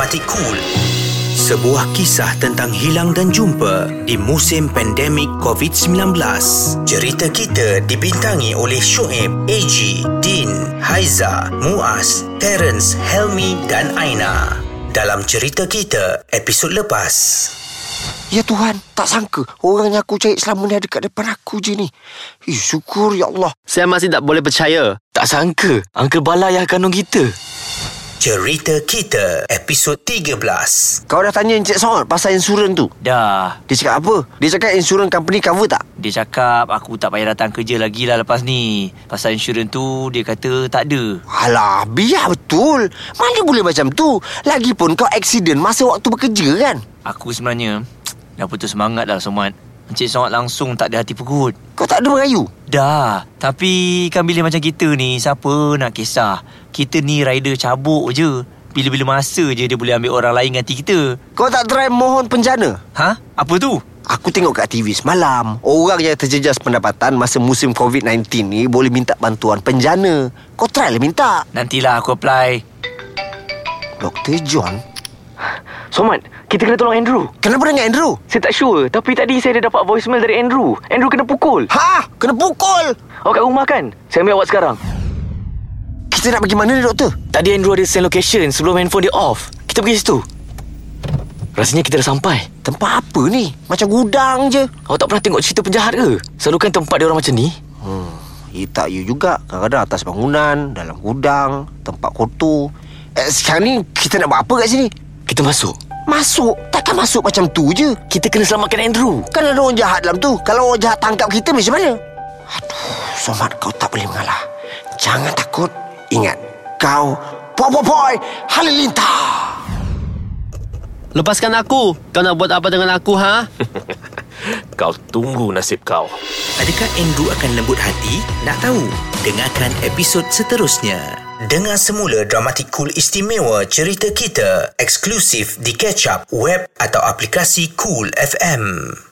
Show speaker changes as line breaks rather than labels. Hati Cool. Sebuah kisah tentang hilang dan jumpa di musim pandemik COVID-19. Cerita kita dibintangi oleh Shoaib, AG, Din, Haiza, Muaz, Terence, Helmi dan Aina. Dalam cerita kita, episod lepas.
Ya Tuhan, tak sangka orang yang aku cari selama ni ada kat depan aku je ni. Eh, syukur ya Allah.
Saya masih tak boleh percaya. Tak sangka Uncle Bala yang kandung kita.
Cerita kita, episod 13.
Kau dah tanya Encik Sohor pasal insurans tu.
Dah
Dia cakap apa? Dia cakap insurans company cover tak?
Dia cakap aku tak payah datang kerja lagi lah lepas ni Pasal insurans tu dia kata tak ada
Alah, biar betul. Mana boleh macam tu? Lagipun kau accident masa waktu bekerja kan?
Aku sebenarnya dah putus semangat dah Somad Encik Somad langsung tak ada hati pegut
Kau tak ada merayu?
Dah Tapi kan bila macam kita ni siapa nak kisah Kita ni rider cabuk je Bila-bila masa je dia boleh ambil orang lain ganti kita
Kau tak try mohon penjana?
Ha? Apa tu?
Aku tengok kat TV semalam Orang yang terjejas pendapatan Masa musim COVID-19 ni Boleh minta bantuan penjana Kau try lah minta
Nantilah aku apply
Dr. John
Somat, kita kena tolong Andrew.
Kenapa dengan Andrew?
Saya tak sure, tapi tadi saya dah dapat voicemail dari Andrew. Andrew kena pukul.
Ha! Kena pukul!
Awak kat rumah kan? Saya ambil awak sekarang.
Kita nak pergi mana ni doktor?
Tadi Andrew ada send location sebelum handphone dia off. Kita pergi situ. Rasanya kita dah sampai.
Tempat apa ni? Macam gudang je
Awak tak pernah tengok cerita penjahat ke? Selalu kan tempat dia orang macam ni.
Eh tak you juga Kadang-kadang atas bangunan Dalam gudang Tempat kotor eh, Sekarang ni kita nak buat apa kat sini?
Kita masuk.
Masuk Takkan masuk macam tu je
Kita kena selamatkan Andrew.
Kan ada orang jahat dalam tu Kalau orang jahat tangkap kita macam mana? Aduh Somad kau tak boleh mengalah Jangan takut Ingat Kau Poi-poi-poi Halilintar
Lepaskan aku. Kau nak buat apa dengan aku, ha?
Kau tunggu nasib kau.
Adakah Andrew akan lembut hati? Nak tahu? Dengarkan episod seterusnya. Dengar semula Dramatik Cool istimewa cerita kita eksklusif di Catch Up web atau aplikasi Cool FM.